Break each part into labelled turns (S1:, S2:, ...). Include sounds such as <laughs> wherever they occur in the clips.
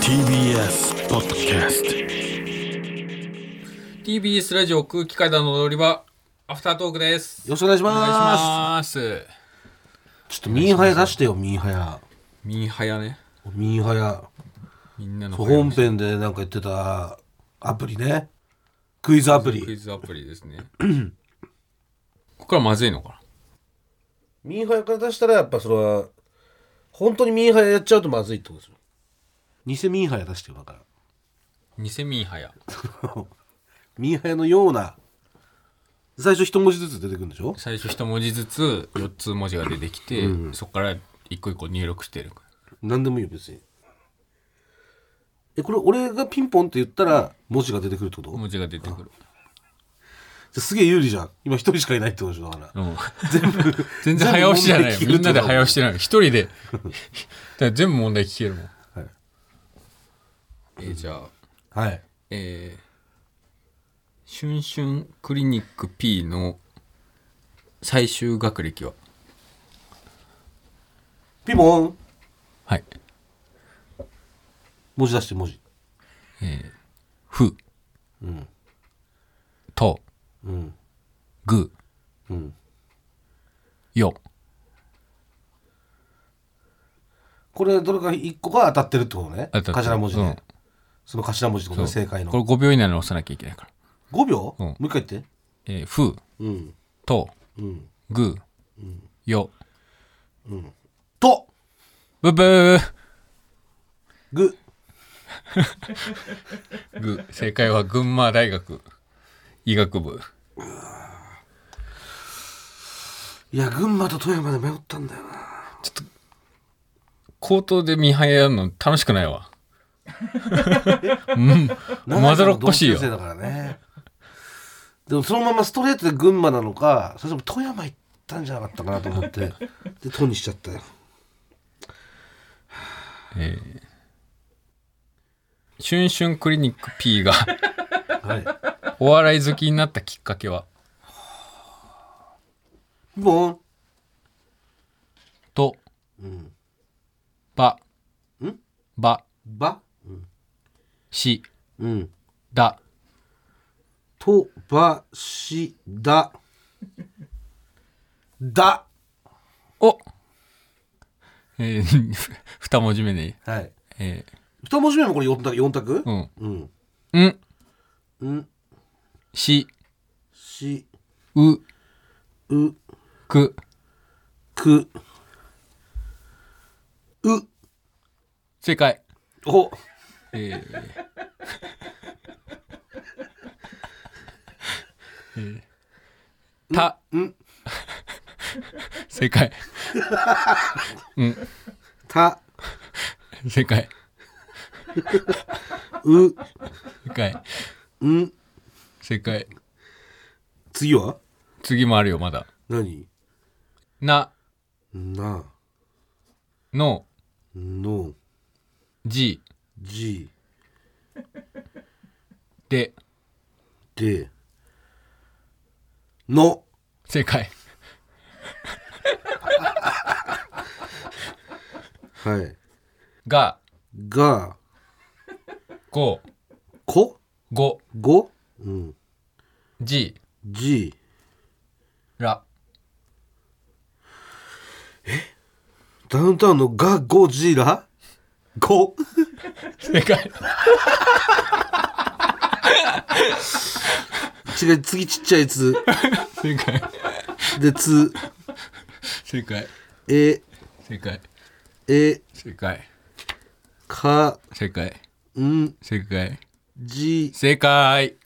S1: TBS ポッドキャスト
S2: TBS ラジオ空気階段の踊り場アフタートークです
S3: よろしくお願いし
S2: お願いし
S3: ま
S2: ます
S3: す。ちょっとミーハヤ出してよ、ミーハヤ。
S2: ミーハヤね
S3: ミーハヤ。
S2: みんなの
S3: 本編でなんか言ってたアプリね。クイズアプ
S2: クイ
S3: リ。
S2: ズアプリですね <clears throat> ここからまずいのか
S3: ミーハヤから出したらやっぱそれは、本当にミーハヤやっちゃうとまずいってことですよ。偽ミーハヤ出してよ、だから。
S2: な偽ミーハヤ
S3: ミーハヤのような、最初一文字ずつ出てくるんでしょ
S2: 最初一文字ずつ4つ文字が出てきて、そこから一個一個入力してる
S3: 何でもいいよ、別に。え、これ俺がピンポンって言ったら文字が出てくるってこと、じゃ
S2: 文字が出てくる、
S3: あすげえ有利じゃん。今一人しかいないってことでしょ、だから。
S2: うん、
S3: 全部。
S2: 全然早押しじゃない
S3: 全部問題聞ける
S2: みんなで
S3: ってこと
S2: 早押しじゃない一人
S3: <laughs>
S2: でだから全部問題聞けるもん、
S3: はい
S2: えーじゃあ
S3: はい。
S2: えー、シュンシュンクリニック P の最終学歴は
S3: ピンポン
S2: はい。
S3: 文字出して文字。
S2: ふ、
S3: うん。
S2: と、
S3: うん。
S2: ぐ、
S3: うん。
S2: よ。
S3: これ、どれか一個が当たってるってことね。
S2: 当たってる
S3: 頭文字
S2: うん
S3: ね。その頭文字ってことね、正解の
S2: こ。れ5秒以内に押さなきゃいけないから。
S3: 5秒
S2: うん
S3: もう一回言って。
S2: えーふ、
S3: うん。
S2: と、
S3: うん。
S2: ぐ、よ。
S3: と、
S2: ブブー
S3: ぐ、
S2: ぐ。正解は群馬大学医学部。
S3: いや、群馬と富山で迷ったんだよ <laughs> な。
S2: 口頭で見張りやるの楽しくないわ。うん。まざろっこしいよ
S3: 長。野の同級生だからね。でも、そのままストレートで群馬なのか、それとも富山行ったんじゃなかったかなと思 <laughs> って、で、とにしちゃったよ。
S2: えーシュンシュンクリニック P が <laughs>
S3: はい。
S2: お笑い好きになったきっかけは
S3: ピンポン
S2: と、
S3: ん
S2: ば、
S3: ん
S2: ば、
S3: ば、うん、
S2: し、
S3: うん。
S2: だ、
S3: とばし <laughs> だ。だ。
S2: おえー、 <laughs> 二文字目ね。
S3: はい。
S2: え
S3: 二文字目もこれ四択四択
S2: ー、うん。
S3: うん。
S2: ん、
S3: うん。
S2: し、
S3: し、
S2: う、
S3: う、
S2: く、
S3: く、う、
S2: 正解。
S3: お。
S2: えー、えーた、
S3: ん
S2: <laughs> 正解。
S3: た、
S2: 正解。
S3: <laughs> う、
S2: 正解。
S3: ん。
S2: 正解。
S3: 次は
S2: 次もあるよ、まだ。
S3: 何
S2: な、
S3: な、
S2: の、
S3: の、
S2: じ、
S3: じ、
S2: で、
S3: で、の。
S2: 正解。
S3: はい。
S2: が、
S3: が、
S2: ご、
S3: こ、
S2: ご、
S3: ご、うん。
S2: じ、
S3: じ、
S2: ら。
S3: ダウンタウンのが、ご、じらご。
S2: 正解。
S3: 違う、次ちっちゃいやつ。
S2: 正解。
S3: で、つ、
S2: 正解。
S3: え、
S2: 正解。
S3: え、
S2: 正解。
S3: か、
S2: 正解。
S3: ん、
S2: 正解。
S3: じ、
S2: 正解。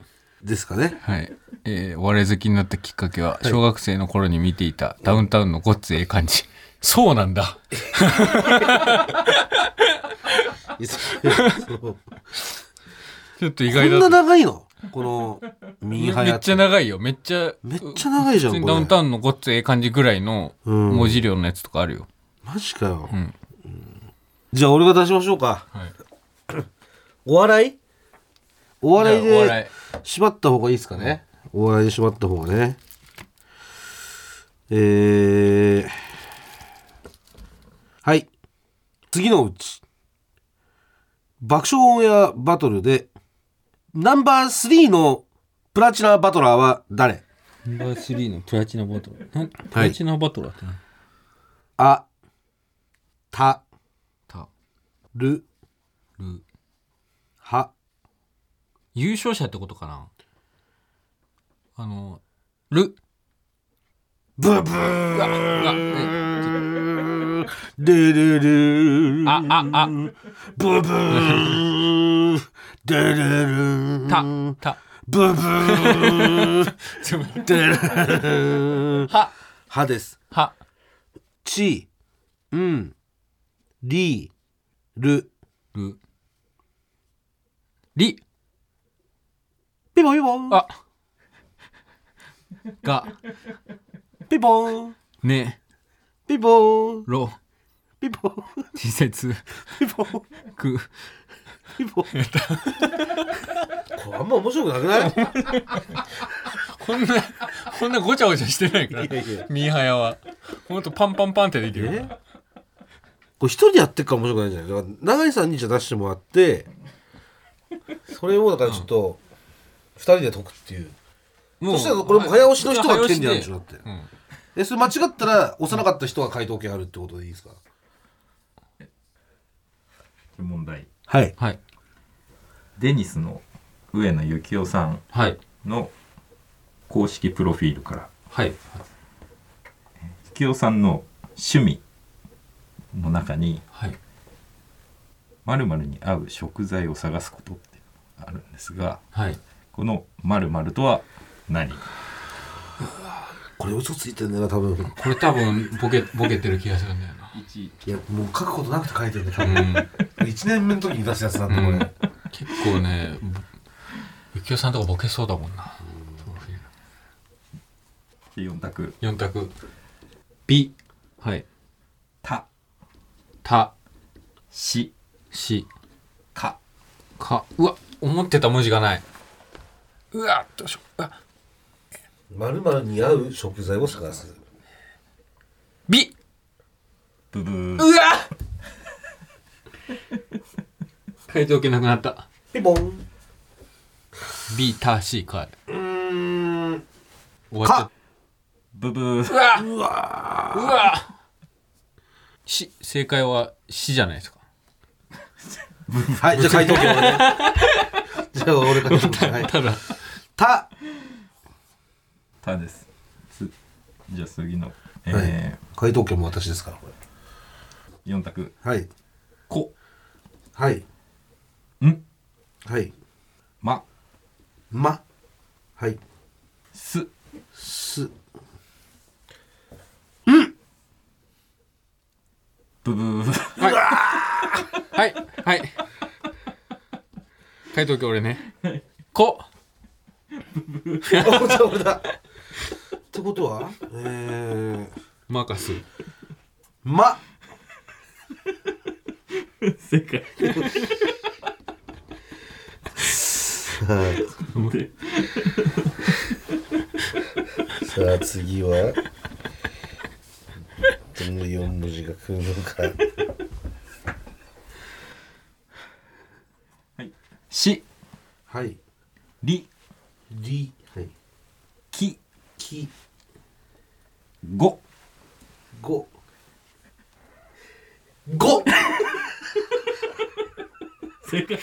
S3: ですかね。
S2: はい。えー、お笑い好きになったきっかけは、小学生の頃に見ていたダウンタウンのごっつええ感じ。そうなんだ。
S3: いやそうこ
S2: ちょっと意外
S3: んな
S2: だった。
S3: 長いのこの、ミーハ
S2: め
S3: ヤ
S2: っちゃ長いよ。めっちゃ。
S3: めっちゃ長いじゃん
S2: 普通に
S3: これ
S2: ダウンタウンのごっつええ感じぐらいの
S3: ん
S2: 文字量のやつとかあるよ。
S3: マジかよ。
S2: ん
S3: じゃあ、俺が出しましょうか。
S2: はい。
S3: お笑いお笑い
S2: じゃあお笑
S3: で縛った方がいいですかね。お笑いで縛った方がね。えー、はい。次のうち、爆笑オンエアバトルでナンバー3のプラチナバトラーは誰
S2: ナンバー3のプラチナバト <laughs> ラーなプラチナバトラーって何
S3: あた
S2: た
S3: る
S2: る
S3: は
S2: 優勝者ってことかなあのる
S3: ブブ
S2: うわう
S3: ー
S2: わえちょ
S3: デレレ
S2: あああ
S3: ブブーデレレ
S2: たた
S3: ブブー
S2: ちょっと待って
S3: デレレ
S2: は
S3: はです
S2: は
S3: ちんりる
S2: るり
S3: ピボンピボン
S2: あが
S3: ピボン
S2: ね
S3: ピボン
S2: ろ
S3: ピボン
S2: 施設
S3: ピボン
S2: く
S3: ピ <laughs> ボンこれあんま面白くなくない <laughs>
S2: こんなこんなごちゃごちゃしてないからミーハヤはほんとパンパンパンってできるから
S3: これ一人でやってっから面白くないんじゃないだから永井さんにじゃあ出してもらってそれをだからちょっと二人で解くっていう
S2: もう
S3: そしたらこれも早押しの人が来てんじゃん
S2: 早押し
S3: ちょっとだって
S2: うん
S3: えそれ間違ったら押さなかった人が回答権あるってことでいいですか
S4: 問題
S3: はい
S2: はい
S4: デニスの上野幸雄さん
S2: はい
S4: の公式プロフィールから
S2: はい
S4: 幸雄さんの趣味の中に
S2: はい
S4: 「まるに合う食材を探すこと」ってあるんですが
S2: はい
S4: この「まるとは何
S3: これ嘘ついてんだよな多分
S2: これ多分ボケボケてる気がするんだよな
S4: ?1
S3: いやもう書くことなくて書いてるんだよ多
S2: うん
S3: <laughs> 分1年目の時に出したやつなんだこれ
S2: 結構ねゆきおさんとかボケそうだもんな
S4: 4択
S2: 4択美はい
S4: 「た
S2: た」
S4: 「し
S2: 「し」
S4: 「か
S2: 「か」うわ思ってた文字がないうわどうしよううわ
S3: まるまるに合う食材を探す
S2: 美」
S4: ブブー
S2: うわ回答権なくなった
S3: ピ <laughs> ボン
S2: 「美」「た」「し」「か」
S3: うーん
S2: 終わっちゃっ
S4: ブブー
S2: たうわうわうわし正解は「し」じゃないですか
S3: はいじゃあ回答権 <laughs> 俺ねじゃあ俺からは
S2: <laughs>
S3: い
S2: ただ
S3: <laughs> た
S4: 「た」ですつじゃあ次の、え
S3: 回答権も私ですからこれ
S4: ー4択
S3: はい
S4: 「こ
S3: はい」
S4: ん
S3: はい
S4: 「ま」
S3: まはい
S4: 「す
S3: す
S4: <laughs> ブブー
S2: はい、はい。回答権俺ね。こ、
S3: あじゃあ俺だってことはえー、
S2: マーカス。
S3: ま
S4: 正解
S3: さあ次はどの4文字が来るのか
S4: し
S3: はい
S4: り
S3: りはい
S4: き
S3: き
S4: ご
S3: ごご
S4: 正解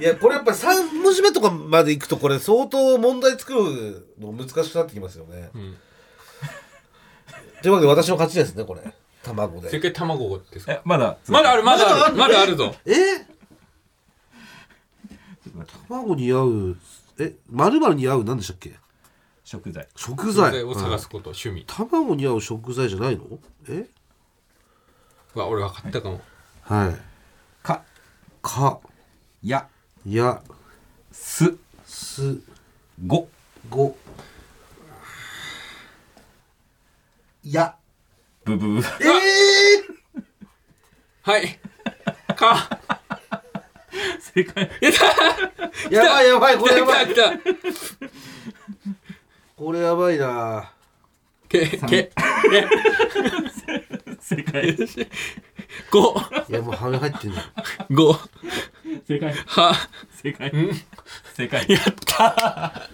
S3: いやこれやっぱ3文字目とかまでいくとこれ相当問題作るの難しくなってきますよね、
S2: ん
S3: というわけで私の勝ちですねこれ卵で
S2: 正解卵ですか。
S4: えまだ
S2: まだある、まだある、まだあるぞ。
S3: え
S4: ちょっと待って
S3: 卵に合うえまるに合う何でしたっけ
S4: 食材
S3: 食
S2: 食
S3: 材
S2: 材を探
S3: す、
S2: すこと、趣味。
S3: うん卵に合う食材じゃないのえ
S2: うわ、俺分かったかも。
S3: はい
S4: か
S3: か
S4: や
S3: や
S4: す
S3: す
S4: ご
S3: ごや
S4: ブブ
S3: え
S4: ー
S3: ー、
S2: はい。か、
S4: 正
S2: <laughs>
S4: 解
S3: やばいやばいこれやば
S2: 来
S3: い
S2: た、来た。
S3: これやばいな
S2: け、け、
S4: 正解。
S2: 五
S3: いやもう羽入ってんじゃん
S2: 五
S4: 正解。
S2: は
S4: 正解。正解。
S2: やった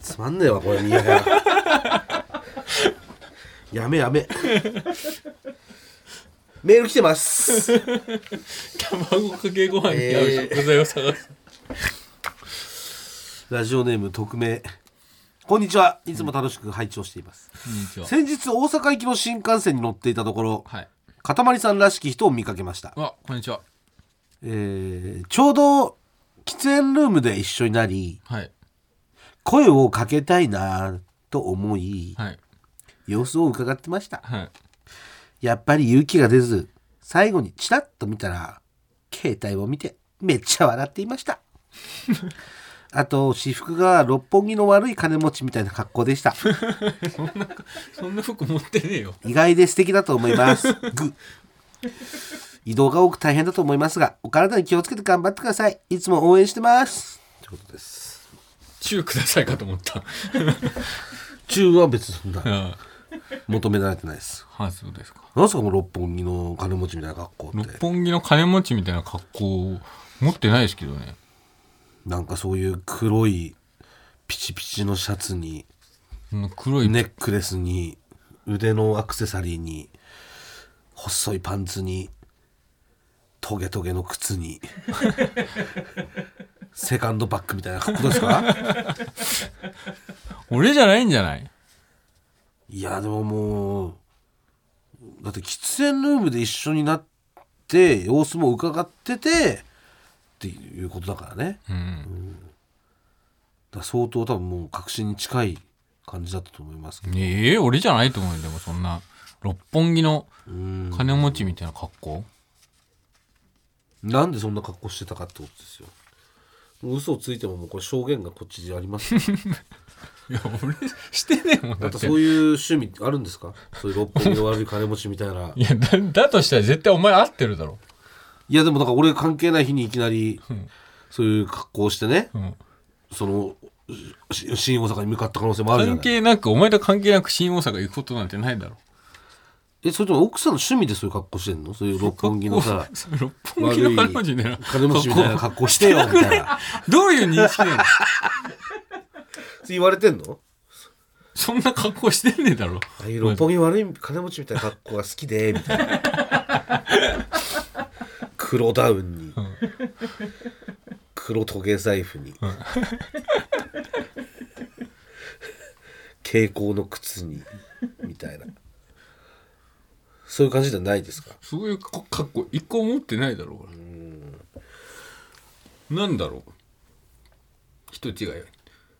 S3: つまんねえわこれ苦手 <laughs> やめやめメール来てます
S2: 卵かけご飯に合う食材を探す、
S3: ラジオネーム匿名こんにちはいつも楽しく拝聴しています、
S2: こんにちは
S3: 先日大阪行きの新幹線に乗っていたところ
S2: はい
S3: かたまりさんらしき人を見かけました
S2: う、わこんにちは
S3: えーちょうど喫煙ルームで一緒になり
S2: はい
S3: 声をかけたいなと思い
S2: はい
S3: 様子を伺ってました
S2: はい
S3: やっぱり勇気が出ず最後にチラッと見たら携帯を見てめっちゃ笑っていました <laughs> あと私服が六本木の悪い金持ちみたいな格好でした
S2: そんな服持ってねえよ
S3: 意外で素敵だと思います。ぐ。移動が多く大変だと思いますが、お体に気をつけて頑張ってください。いつも応援してます。ってことです。
S2: チューくださいかと思った
S3: 中は別にそんな
S2: あ
S3: 求められてないです。
S2: あそうですか
S3: なんすかこの六本木の金持ちみたいな格好っ
S2: 六
S3: て。
S2: 本木の金持ちみたいな格好を持ってないですけどね
S3: なんかそういう黒いピチピチのシャツに、
S2: そんな黒い、
S3: ネックレスに、腕のアクセサリーに、細いパンツに、トゲトゲの靴に、セカンドバッグみたいな格好ですか
S2: 俺じゃないんじゃない
S3: いやでももうだって喫煙ルームで一緒になって様子も伺っててっていうことだからねだか
S2: うん
S3: ら相当多分もう確信に近い感じだったと思いますけど
S2: ええ俺じゃないと思うよでもそんな六本木の
S3: うん
S2: 金持ちみたいな格好
S3: なんでそんな格好してたかってことですよもう嘘をついてももうこれ証言がこっちであり <laughs> ますよ
S2: いや俺してねえもんだ
S3: だっ
S2: ってて
S3: そういう趣味あるんですかそういう六本木の悪い金持ちみたいない
S2: やだだとしたら絶対お前合ってるだろ、
S3: いやでもだから俺関係ない日にいきなり
S2: うん
S3: そういう格好をしてね
S2: うん、
S3: そのし新大阪に向かった可能性もあるじゃ
S2: 関
S3: ない
S2: 係なくお前と関係なく新大阪行くことなんてないだろ
S3: え、それとも奥さんの趣味でそういう格好してんのそういう六本木のさ、
S2: そう六本木の金持ちみたいな
S3: 金持ちみたいな格好してよ、みたいな。
S2: どういう認識なの
S3: <laughs> 言われてんの
S2: そんな格好してねえだろ
S3: ああいう六本木の悪い金持ちみたいな格好が好きで、みたいな。
S2: <laughs>
S3: 黒ダウンに、黒トゲ財布に、蛍光の靴に、みたいな。そういう感じじゃないですか。
S2: そういうか格好一個も持ってないだろうからなんだろう人違い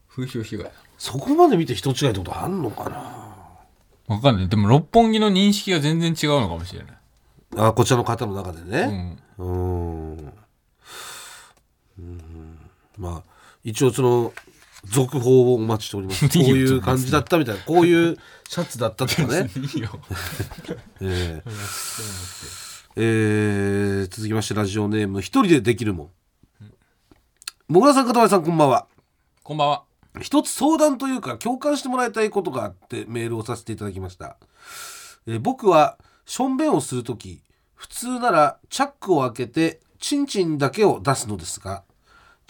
S2: 風評被害
S3: そこまで見て人違いってことあんのかな
S2: わかんないでも六本木の認識が全然違うのかもしれない
S3: あこちらの方の中で
S2: う
S3: ね
S2: ん
S3: うーんんまあ一応その続報をお待ちしておりますこう
S2: いいよ、
S3: いう感じだったみ <laughs> たいなこういうシャツだったとかね
S2: いいよ
S3: えーえー続きましてラジオネーム「一人でできるもん」もぐらさんかたまりさんこんばんは
S2: こんばんは
S3: 一つ相談というか共感してもらいたいことがあってメールをさせていただきました、えー僕はしょんべんをするとき普通ならチャックを開けてチンチンだけを出すのですが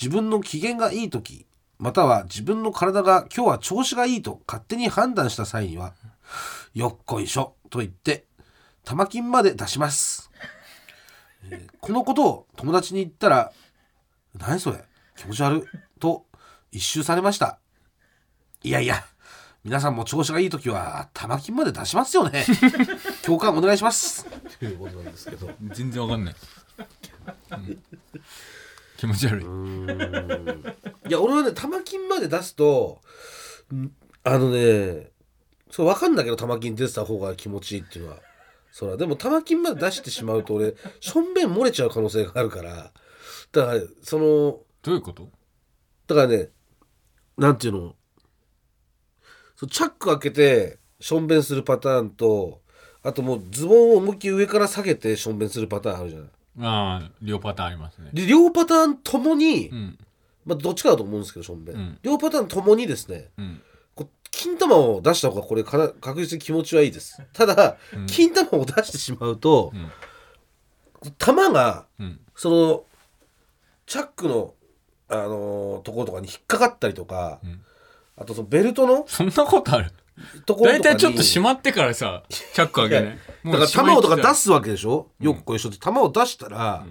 S3: 自分の機嫌がいいときまたは自分の体が今日は調子がいいと勝手に判断した際には「よっこいしょ」と言って玉金まで出します、えーこのことを友達に言ったら何それ気持ち悪いと一周されましたいやいや皆さんも調子がいい時は玉金まで出します <laughs> よね共感お願いしますということなんですけど
S2: 全然わかんない、うん気持ち悪い
S3: いや俺はね玉金まで出すとんあのねそう分かんだけど玉金出てた方が気持ちいいっていうのはそらでも玉金まで出してしまうと俺しょんべん漏れちゃう可能性があるからだからその
S2: どういうこと
S3: だからねなんていうのそうチャック開けてしょんべんするパターンとあともうズボンを思いっきり上から下げてしょんべんするパターンあるじゃない
S2: ああ両パターンありますね
S3: で両パターンともに、
S2: うん
S3: まあ、どっちかだと思うんですけどしょんべん、
S2: うん
S3: 両パターンともにですね
S2: うん
S3: こう金玉を出した方がこれかな確実に気持ちはいいですただ、金玉を出してしまうと、玉が
S4: うん
S3: そのチャックの、あのーところとかに引っかかったりとか、
S4: ん
S3: あとそのベルトの
S2: そんなことある
S3: ところ
S2: 大
S3: とか
S2: 体
S3: に
S2: ちょっと閉まってからさチャック開けない
S3: だから玉をとか出
S2: す
S3: すわけでしょよくこういう人って玉を出したら、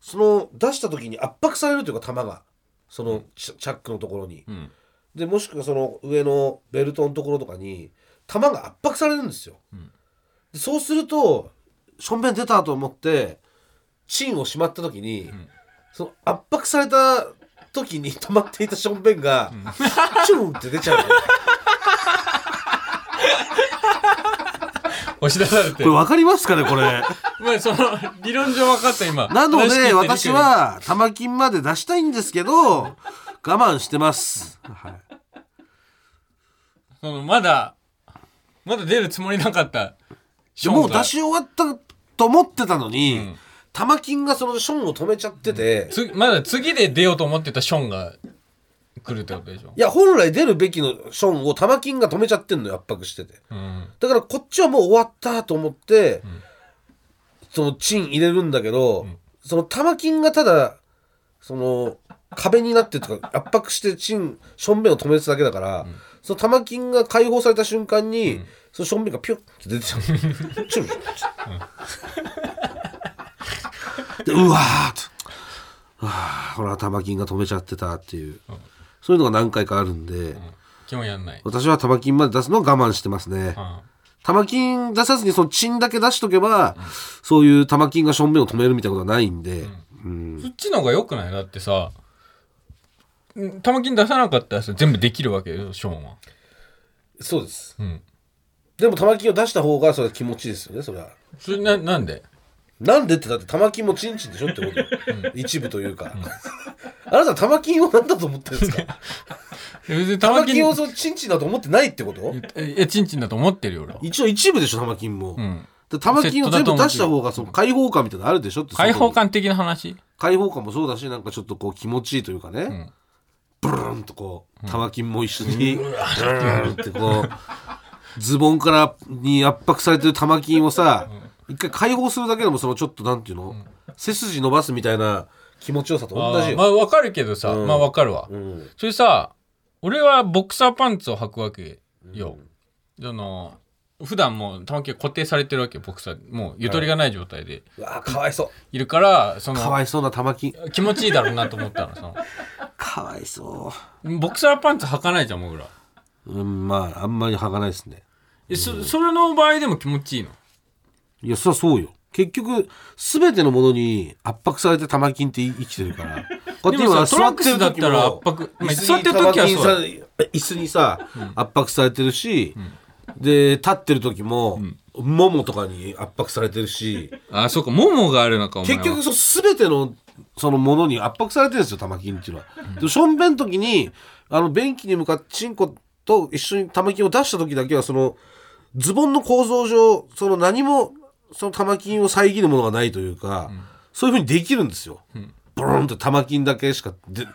S3: その出した時に圧迫されるというか玉がそのチャチャックのところに、
S2: ん
S3: でもしくはその上のベルトのところとかに玉が圧迫されるんですよ、でそうするとしょんべん出たと思ってチンをしまった時に、その圧迫された時に <laughs> 溜まっていたしょんべんが、チュンって出ちゃう
S2: <laughs>
S3: のよ
S2: 押し出されて
S3: これ分かりますかねこれ
S2: まあその理論上分かった今
S3: なの
S2: 話聞いて
S3: で
S2: る
S3: 私は玉金まで出したいんですけど我慢してます、はい、
S2: そのまだまだ出るつもりなかったシ
S3: で
S2: ョンが
S3: もう出し終わったと思ってたのに、
S2: ん
S3: 玉金がそのションを止めちゃってて、い
S2: つまだ次で出ようと思ってたションが来るってことでしょ
S3: や本来出るべきのションを玉金が止めちゃってんのよ圧迫してて
S2: うん
S3: だからこっちはもう終わったと思って、そのチン入れるんだけど、その玉金がただその壁になってとか圧迫してチンしょんべんを止めてただけだから、その玉金が解放された瞬間に、そのしょんべんがピュッて出てきたのチュルチュルチュルでうわーっとあーこれは玉金が止めちゃってたっていう、そういうのが何回かあるんで、
S2: 基本やんない、
S3: 私は玉金まで出すのを我慢してますね、
S2: うん
S3: 玉金出さずにそのチンだけ出しとけば、そういう玉金が正面を止めるみたいなことはないんで、うん
S2: そっちの方が良くないだってさん玉金出さなかったらさ全部できるわけよショーンは
S3: そうです
S2: うん
S3: でも玉金を出した方がそれは気持ちいいですよねそれは
S2: それななんで
S3: なんでってだって玉金もチンチンでしょってことよ、一部というか、あなた玉金を何だと思ってるんですか
S2: 別に
S3: 玉
S2: <laughs> 玉金
S3: 金をそのチンチンだと思ってないってこと
S2: ええチンチンだと思ってるよ俺は
S3: 一応一部でしょ玉金も、
S2: うん
S3: で玉金を全部出した方がその解放感みたいなのあるでしょって
S2: 開放
S3: 外に
S2: 感的な話
S3: 解放感もそうだしなんかちょっとこう気持ちいいというかね、
S2: ん
S3: ブルーンとこう玉金も一緒にブルーンってこうズボンからに圧迫されてる玉金をさ一回解放するだけでもそのちょっとなんていうの背筋伸ばすみたいな気持ちよさと同じ
S2: あーま
S3: よ。
S2: あわかるけどさ、
S3: うん
S2: まあわかるわ、
S3: うん
S2: それさ俺はボクサーパンツを履くわけよ、その普段もう玉金が固定されてるわけよボクサーもうゆとりがない状態で
S3: うわあかわいそ
S2: いるからそう
S3: かわ
S2: の
S3: いそうな玉金
S2: 気持ちいいだろうなと思ったのそ
S3: かわいそ
S2: のボクサーパンツ履かないじゃんもぐら
S3: ううんまああんまりはがないですね
S2: えそそれの場合でも気持ちいいの
S3: いやそりゃそうよ結局全てのものに圧迫されて玉金って生きて
S2: <laughs>
S3: るからこう
S2: で
S3: やって
S2: も
S3: 今
S2: さトランクスだったら圧
S3: も
S2: 迫まあ
S3: 椅子に
S2: 座ってる時はそうだ
S3: 玉金さ椅子にさ、圧迫されてるし、で立ってる時も、ももとかに圧迫されてるし
S2: あそうかももがあるのかお前
S3: 結
S2: は
S3: 局そう全てのそのものに圧迫されてるんですよ玉金っていうのは。でしょんべん時にあの便器に向かってチンコと一緒に玉金を出した時だけはそのズボンの構造上その何もその玉金を遮るものがないというか、そういうふうにできるんですよ。ボロンと玉金だけしかで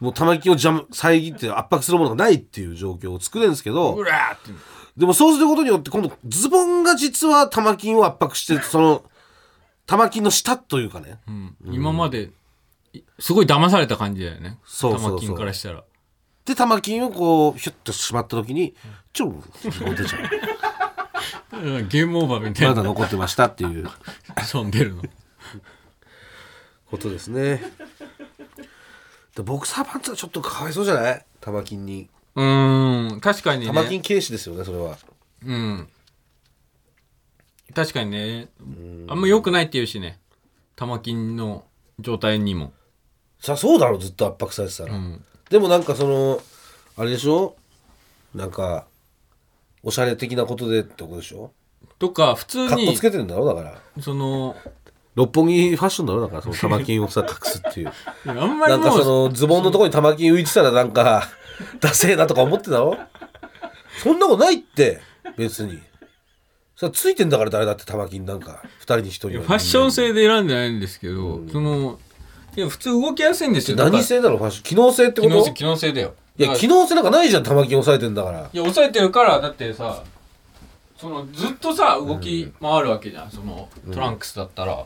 S3: もう玉金を邪魔遮って圧迫するものがないっていう状況を作れるんですけど。
S2: うらーって
S3: でもそうすることによって今度ズボンが実は玉金を圧迫してその玉金の下というかね、
S2: 今までいすごい騙された感じだよね
S3: そうそうそう
S2: 玉金からしたら
S3: で玉金をこうヒュッとしまった時にちょっ出ちゃう
S2: うんゲームオーバーみたい
S3: ま
S2: な
S3: だ残ってましたっていう
S2: ショーン出るの
S3: ことですねでボクサーパンツはちょっとかわいそうじゃない玉金に
S2: <laughs> うーん確かにね
S3: 玉金軽視ですよねそれは
S2: うん確かにねあんま良くないって言うしね玉金の状態にも
S3: さあそうだろずっと圧迫されてたら、
S2: ん
S3: でもなんかそのあれでしょなんかおしゃれ的なことでってことでしょ
S2: とか普通
S3: かっこ
S2: に
S3: つけてるんだろだから
S2: その
S3: 六本木ファッションだろだからその玉金をさ隠すっていう
S2: あんま
S3: な
S2: り
S3: んか
S2: も
S3: そうのズボンのところに玉金浮いてたらな
S2: <laughs>
S3: んかダセえなとか思ってたろそんなことないって別にそれついてんだから誰だって玉金なんか二人に一
S2: フ
S3: 人は
S2: ァッション性で選んでないんですけど、そのいや普通動きやすいんですよだから
S3: 何性だろうファッション機能性ってこ
S2: 機能
S3: と
S2: 性機能性だよ
S3: いや、機能性なんかないじゃん、玉金抑えてんだから。
S2: いや抑えてるからだってさそのずっとさ動き回るわけじゃんそのトランクスだったら、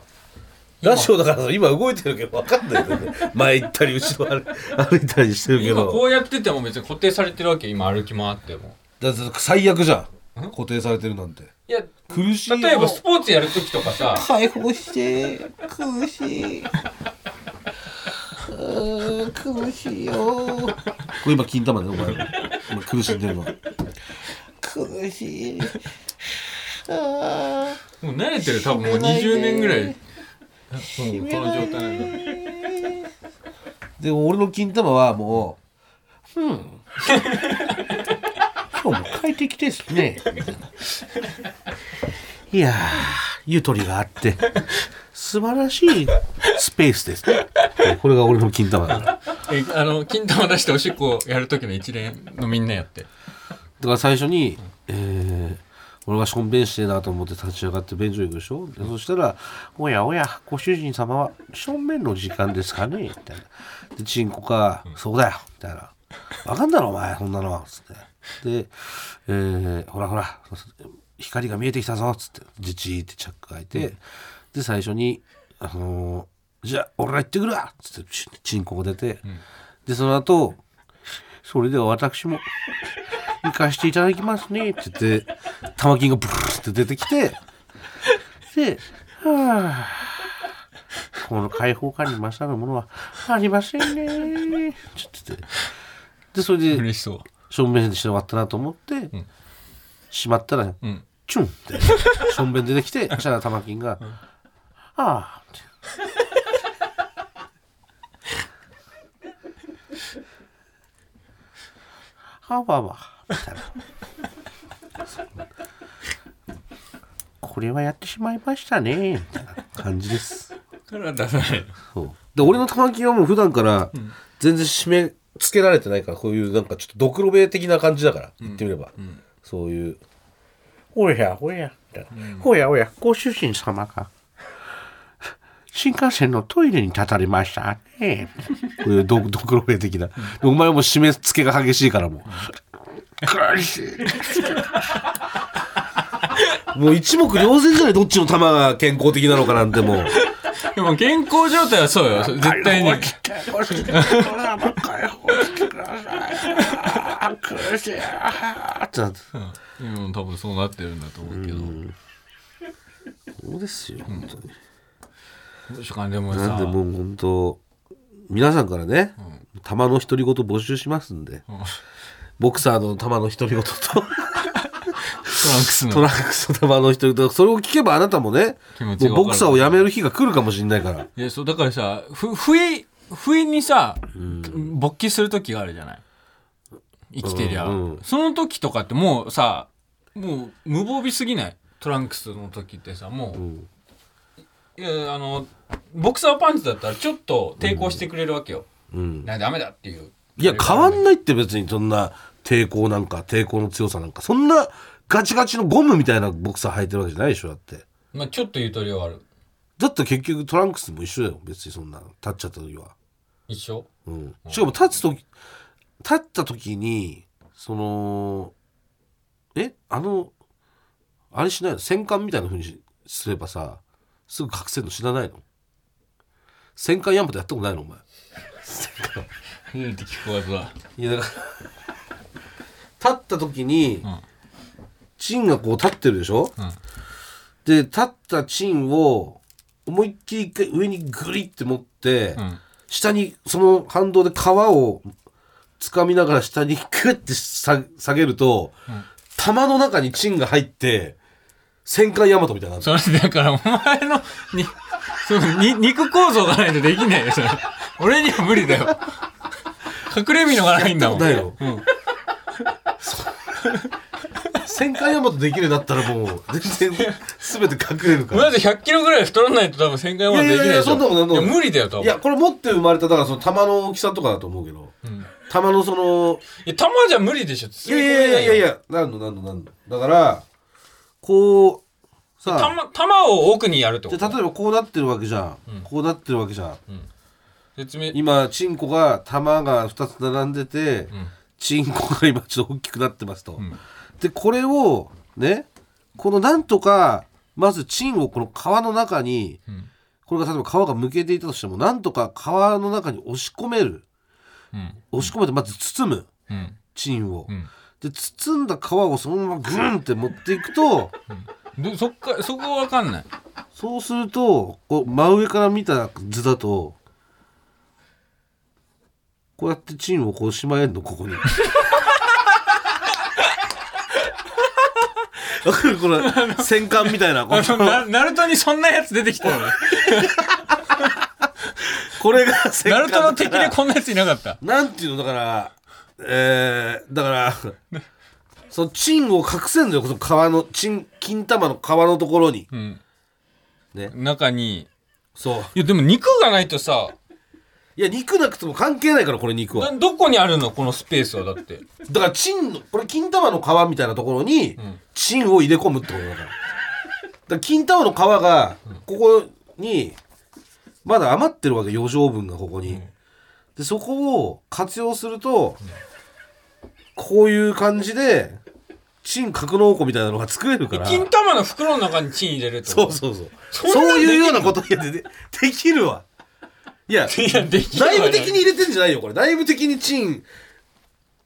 S2: 今
S3: ラジオだから今動いてるけど分かんないよね。前行ったり後ろ歩歩いたりしてるけ
S2: 今こ
S3: ど。
S2: うやってても別に固定されてるわけ今歩き回っても
S3: だって最悪じゃん。固定されてるなんて。
S2: いや
S3: 苦しいよ。
S2: 例えばスポーツやるときとかさ
S3: 解放して、苦しい。苦しいよ。これ今金玉ね、お前。今苦しんでるの。苦しい。
S2: もう慣れてる多分もう20年ぐらいもうこの状態なんだ
S3: でも俺の金玉はもう、うん。今日も快適ですね。みたいないやー、ゆとりがあって、素晴らしいスペースです。これが俺の金玉だから。
S2: <laughs> えあの金玉出しておしっこやる時の一連のみんなやって
S3: だから最初に、えー俺がしょんべんしてえなと思って立ち上がって便所行くでしょでそしたら「おやおやご主人様はしょんべんの時間ですかね?」みたいな「でチンコか、そうだよ」みたいな「わかんだろお前そんなの」つってで、えーほらほら光が見えてきたぞ」つってでチーってチャック開いて、で最初に「あのーじゃあ俺が行ってくるわ」つってチンチンコが出て、でその後それでは私も行かしていただきますね」って言って玉金がブルーって出てきてで「はあこの開放感に勝るものはありませんね」ちょっとってでそれで
S2: 嬉しそう
S3: 正面でして終わったなと思って、しまったら、
S2: ん
S3: チュンって正面出てきてそしたら玉金が「ああ」って。はわわみたいなこれはやってしまいましたねみたいな感じです
S2: から出さない
S3: そうで俺の玉金はもう普段から全然締め付けられてないからこういうなんかちょっとドクロベ的な感じだから、言ってみれば、そういう「おやおや」みたいな「おやおやご主人様が新幹線のトイレに立たれましたね」こういうドドクロベ的な、でお前はもう締め付けが激しいからもう「苦しい」もう一目瞭然じゃないどっちの玉が健康的なのかなんてもう。
S2: でも健康状態はそうよ絶対に
S3: ってなって
S2: 今多分そうなってるんだと思うけど
S3: そうですよ本当に
S2: どうしようかなでも
S3: なん
S2: さ
S3: でもう本当皆さんからね玉の独り言募集しますんでボクサーの玉の独り言と <laughs>
S2: トランクス
S3: ト
S2: の
S3: ランクスの玉の独り言それを聞けばあなたもね
S2: 気
S3: も
S2: 持ちが
S3: う
S2: わかる
S3: ボクサーをやめる日が来るかもしれないから
S2: いやそうだからさふ不意不意にさ勃起する時があるじゃない生きてりゃ、
S3: うんうん
S2: その時とかってもうさもう無防備すぎないトランクスの時ってさもう、
S3: ん
S2: いやあのボクサーパンチだったらちょっと抵抗してくれるわけよ、
S3: うん
S2: なん、ダメだっていう
S3: いや変わん
S2: い
S3: ないって別にそんな抵抗なんか抵抗の強さなんかそんなガチガチのゴムみたいなボクサー履いてるわけじゃないでしょだって
S2: まあ、ちょっとゆとりはある
S3: だって結局トランクスも一緒だよ別にそんな立っちゃった時は、
S2: 一 <laughs> 緒
S3: うん、しかも立つ時立った時にそのえあのあれしないの戦艦みたいな風にすればさすぐ隠せるの知らないの戦艦ヤンマとやったことないのお前
S2: うんって聞こえずはい
S3: やだから立った時に、
S2: ん
S3: チンがこう立ってるでしょ、
S2: ん
S3: で立ったチンを思いっきり一回上にグリって持って、
S2: ん
S3: 下にその反動で皮を掴みながら下にグッて下下げると、玉の中にチンが入って戦艦ヤマトみたいになる
S2: それだからお前のにそのに肉構造がないとできないよそれ俺には無理だよ隠れ身のがないんだもん
S3: ないの、そ戦艦ヤマトできるようになったらもう全然全て隠れるから
S2: まず100キロぐらい太らないと多分1000回
S3: い
S2: ま
S3: や
S2: で
S3: い
S2: できな
S3: や
S2: い
S3: い
S2: で
S3: や、
S2: し
S3: そんなことな
S2: ょ。
S3: いそんなことない
S2: 無理だよ、多分。
S3: いや、これ持って生まれた、だからその玉の大きさとかだと思うけど、玉のその、
S2: いや玉じゃ無理でしょ。
S3: いやいやいやいやいや、なんのなんのなんの。だから、こう、さ
S2: 玉、玉を奥にやるってこ
S3: で
S2: と。
S3: 例えばこうなってるわけじゃん。こうなってるわけじゃん。
S2: 説明。
S3: 今、チンコが、玉が2つ並んでて、チンコが今ちょっと大きくなってますと、
S2: ん
S3: でこれをねこのなんとかまずチンをこの皮の中に、
S2: ん
S3: これが例えば皮がむけていたとしてもなんとか皮の中に押し込める
S2: うん
S3: 押し込めてまず包む
S2: うん
S3: チンを、
S2: うん
S3: で包んだ皮をそのままグンって持っていくと
S2: どそっかそこわかんない
S3: そうするとこう真上から見た図だとこうやってチンをこうしまえんのここ
S2: <laughs>
S3: に。わかるこれ戦艦みたいな
S2: <laughs>
S3: こ
S2: あの
S3: の
S2: なナルトにそんなやつ出てきた
S3: <laughs>
S2: よね
S3: これが戦
S2: ナ
S3: 艦
S2: ルトの敵でこんなやついなかった
S3: なんていうのだからえー、だからそのチンを隠せんのよこの皮のチン金玉の皮のところに
S2: うん
S3: ね
S2: 中に
S3: そう
S2: いやでも肉がないとさ
S3: いや肉なくても関係ないからこれ肉は
S2: などこにあるのこのスペースはだ
S3: <laughs>
S2: って
S3: だからチンのこれ金玉の皮みたいなところにチンを入れ込むってことだからだから金玉の皮がここにまだ余ってるわけ余剰分がここに、でそこを活用するとこういう感じでチン格納庫みたいなのが作れるから
S2: 金玉の袋の中にチン入れるって
S3: そ
S2: こ
S3: う
S2: と
S3: そうそう
S2: そ
S3: そ
S2: んな
S3: うん
S2: できんの
S3: いうようなこといやででできるわいや
S2: いやできるわ
S3: 内
S2: ね
S3: 部的に入れてんじゃないよこれ内部的にチン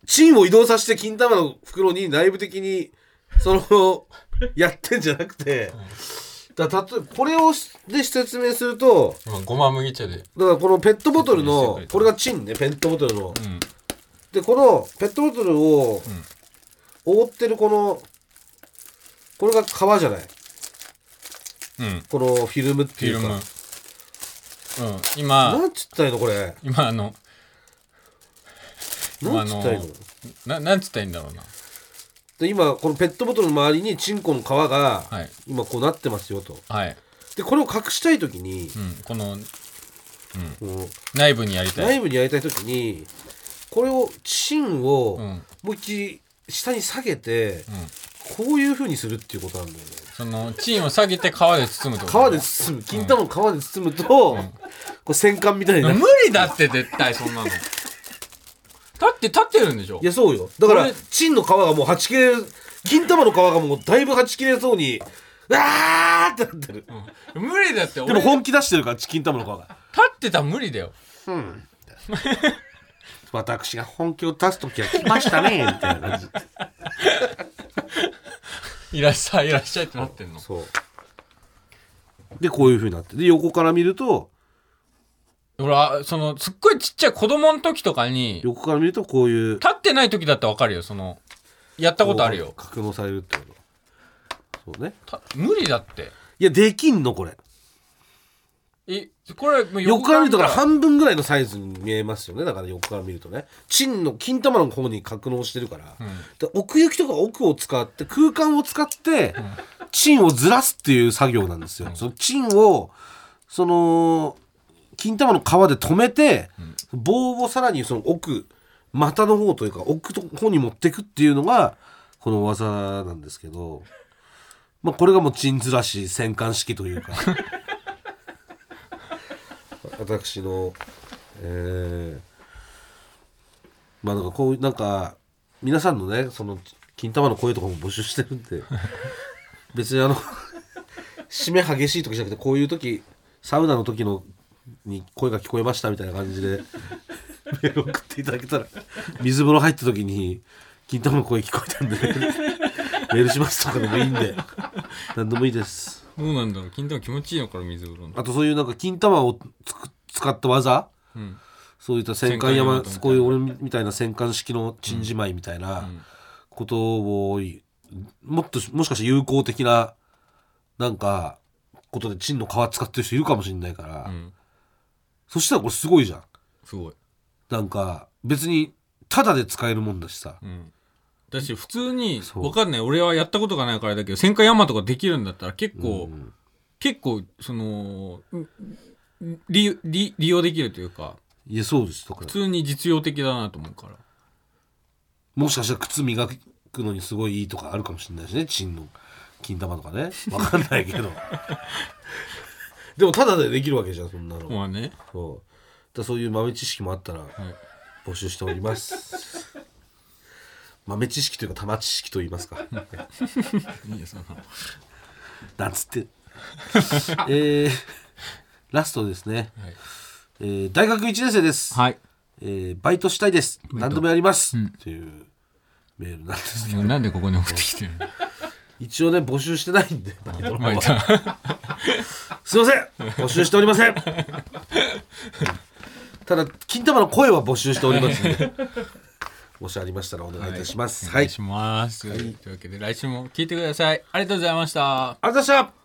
S3: チンを移動させて金玉の袋に内部的にそのやってんじゃなくてだから例えばこれをで説明すると
S2: まあごま麦茶で
S3: だからこのペットボトル
S2: 説明してく
S3: の
S2: れた
S3: これがチンねペットボトルの
S2: うん
S3: でこのペットボトルを覆ってるこのこれが皮じゃない
S2: うん
S3: このフィルムって
S2: フ
S3: い
S2: ィ
S3: う
S2: ル
S3: か
S2: ムうん今
S3: なんつったらいいのこれ。
S2: 今あの
S3: なんつったらいいの
S2: あのななんつったらいいんだろうな
S3: で今このペットボトルの周りにチンコの皮が
S2: はい
S3: 今こうなってますよと。
S2: はい、
S3: でこれを隠したい時
S2: う
S3: に、
S2: ん、この
S3: こ
S2: 内部にやり
S3: う
S2: たい
S3: 内部にやりたい時にこれをチンを
S2: うん
S3: もう一回下に下げて、こういう風にするっていうことなんだよね。
S2: そのチンを下げて皮で包むってこと
S3: 皮で包む金玉の皮で包むと、こう戦艦みたいになる。
S2: 無理だって絶対そんなのだって立ってるんでしょ
S3: いやそうよだから
S2: これ
S3: チンの皮がもうはち切れる金玉の皮がもうだいぶはち切れそうにうわーってなってる。
S2: 無理だって
S3: で
S2: 俺
S3: も
S2: 立
S3: 本気出してるから金玉の皮が。
S2: ってたら無理だよ
S3: 私が本気を出す時は来ましたねみたいな感じ
S2: いらっしゃいいらっしゃいってなってんの
S3: そうでこういうふうになってで横から見ると
S2: 俺はそのすっごいちっちゃい子供の時とかに立
S3: 横から見るとこういう
S2: ってない時だったらわかるよそのやったことあるよ
S3: 格納されるってことそうね
S2: た無理だって
S3: いやできんのこれ
S2: えこれもう
S3: 横から見るとだから
S2: ら
S3: 半分ぐらいのサイズに見えますよねだから横から見るとねチンの金玉の方に格納してるから、で奥行きとか奥を使って空間を使って、チンをずらすっていう作業なんですよ、そのチンをその金玉の皮で止めて、棒をさらにその奥股の方というか奥の方に持っていくっていうのがこの技なんですけど、まあ、これがもうチンずらし戦艦式というか私のえーまあなんかこういうなんか皆さんのねその金玉の声とかも募集してるんで別にあの締め激しい時じゃなくてこういう時サウナの時のに声が聞こえましたみたいな感じでメール送っていただけたら水風呂入った時に金玉の声聞こえたんでメールしますとかでもいいんで何でもいいです
S2: どうなんだろう金玉気持ちいいのから水風呂の
S3: あとそういうなんか金玉をつく使った技
S2: うん
S3: そういった戦艦山
S2: 戦艦大和みたいな
S3: こういう俺みたいな戦艦式のチンジマイみたいなことをもっともしかして友好的ななんかことでチンの皮使ってる人いるかもしれないから、
S2: ん
S3: そしたらこれすごいじゃん
S2: すごい
S3: なんか別にタダで使えるもんだしさ、
S2: だし普通に
S3: そう
S2: わかんない俺はやったことがないからだけど戦艦ヤマとかできるんだったら結構、結構そのうんうん利利利用できるというか
S3: いやそうですとか
S2: 普通に実用的だなと思うから
S3: もしかしたら靴磨くのにすごいいいとかあるかもしれないしねチンの金玉とかねわかんない
S2: <laughs>
S3: けどでもタダでできるわけじゃんそんなの、
S2: まあね
S3: <laughs> そうだからそういう豆知識もあったら募集しております。豆知識というか玉知識と言いますか
S2: いいよその
S3: なんつって <laughs> えー、ラストですね、
S2: はい
S3: えー大学1年生です、
S2: はい
S3: えーバイトしたいです何度もやります、
S2: うん
S3: っていうメールなんですけど
S2: もうなんでここに送ってきてる
S3: <laughs> 一応ね募集してないんでバイトの
S2: の
S3: 方は
S2: まあ
S3: <laughs> すいません募集しておりませんただ金玉の声は募集しております <laughs> のでもしありましたらお願いいたします
S2: お
S3: はい、
S2: 願いします、というわけで来週も聞いてくださいありがとうございました
S3: ありがとうございました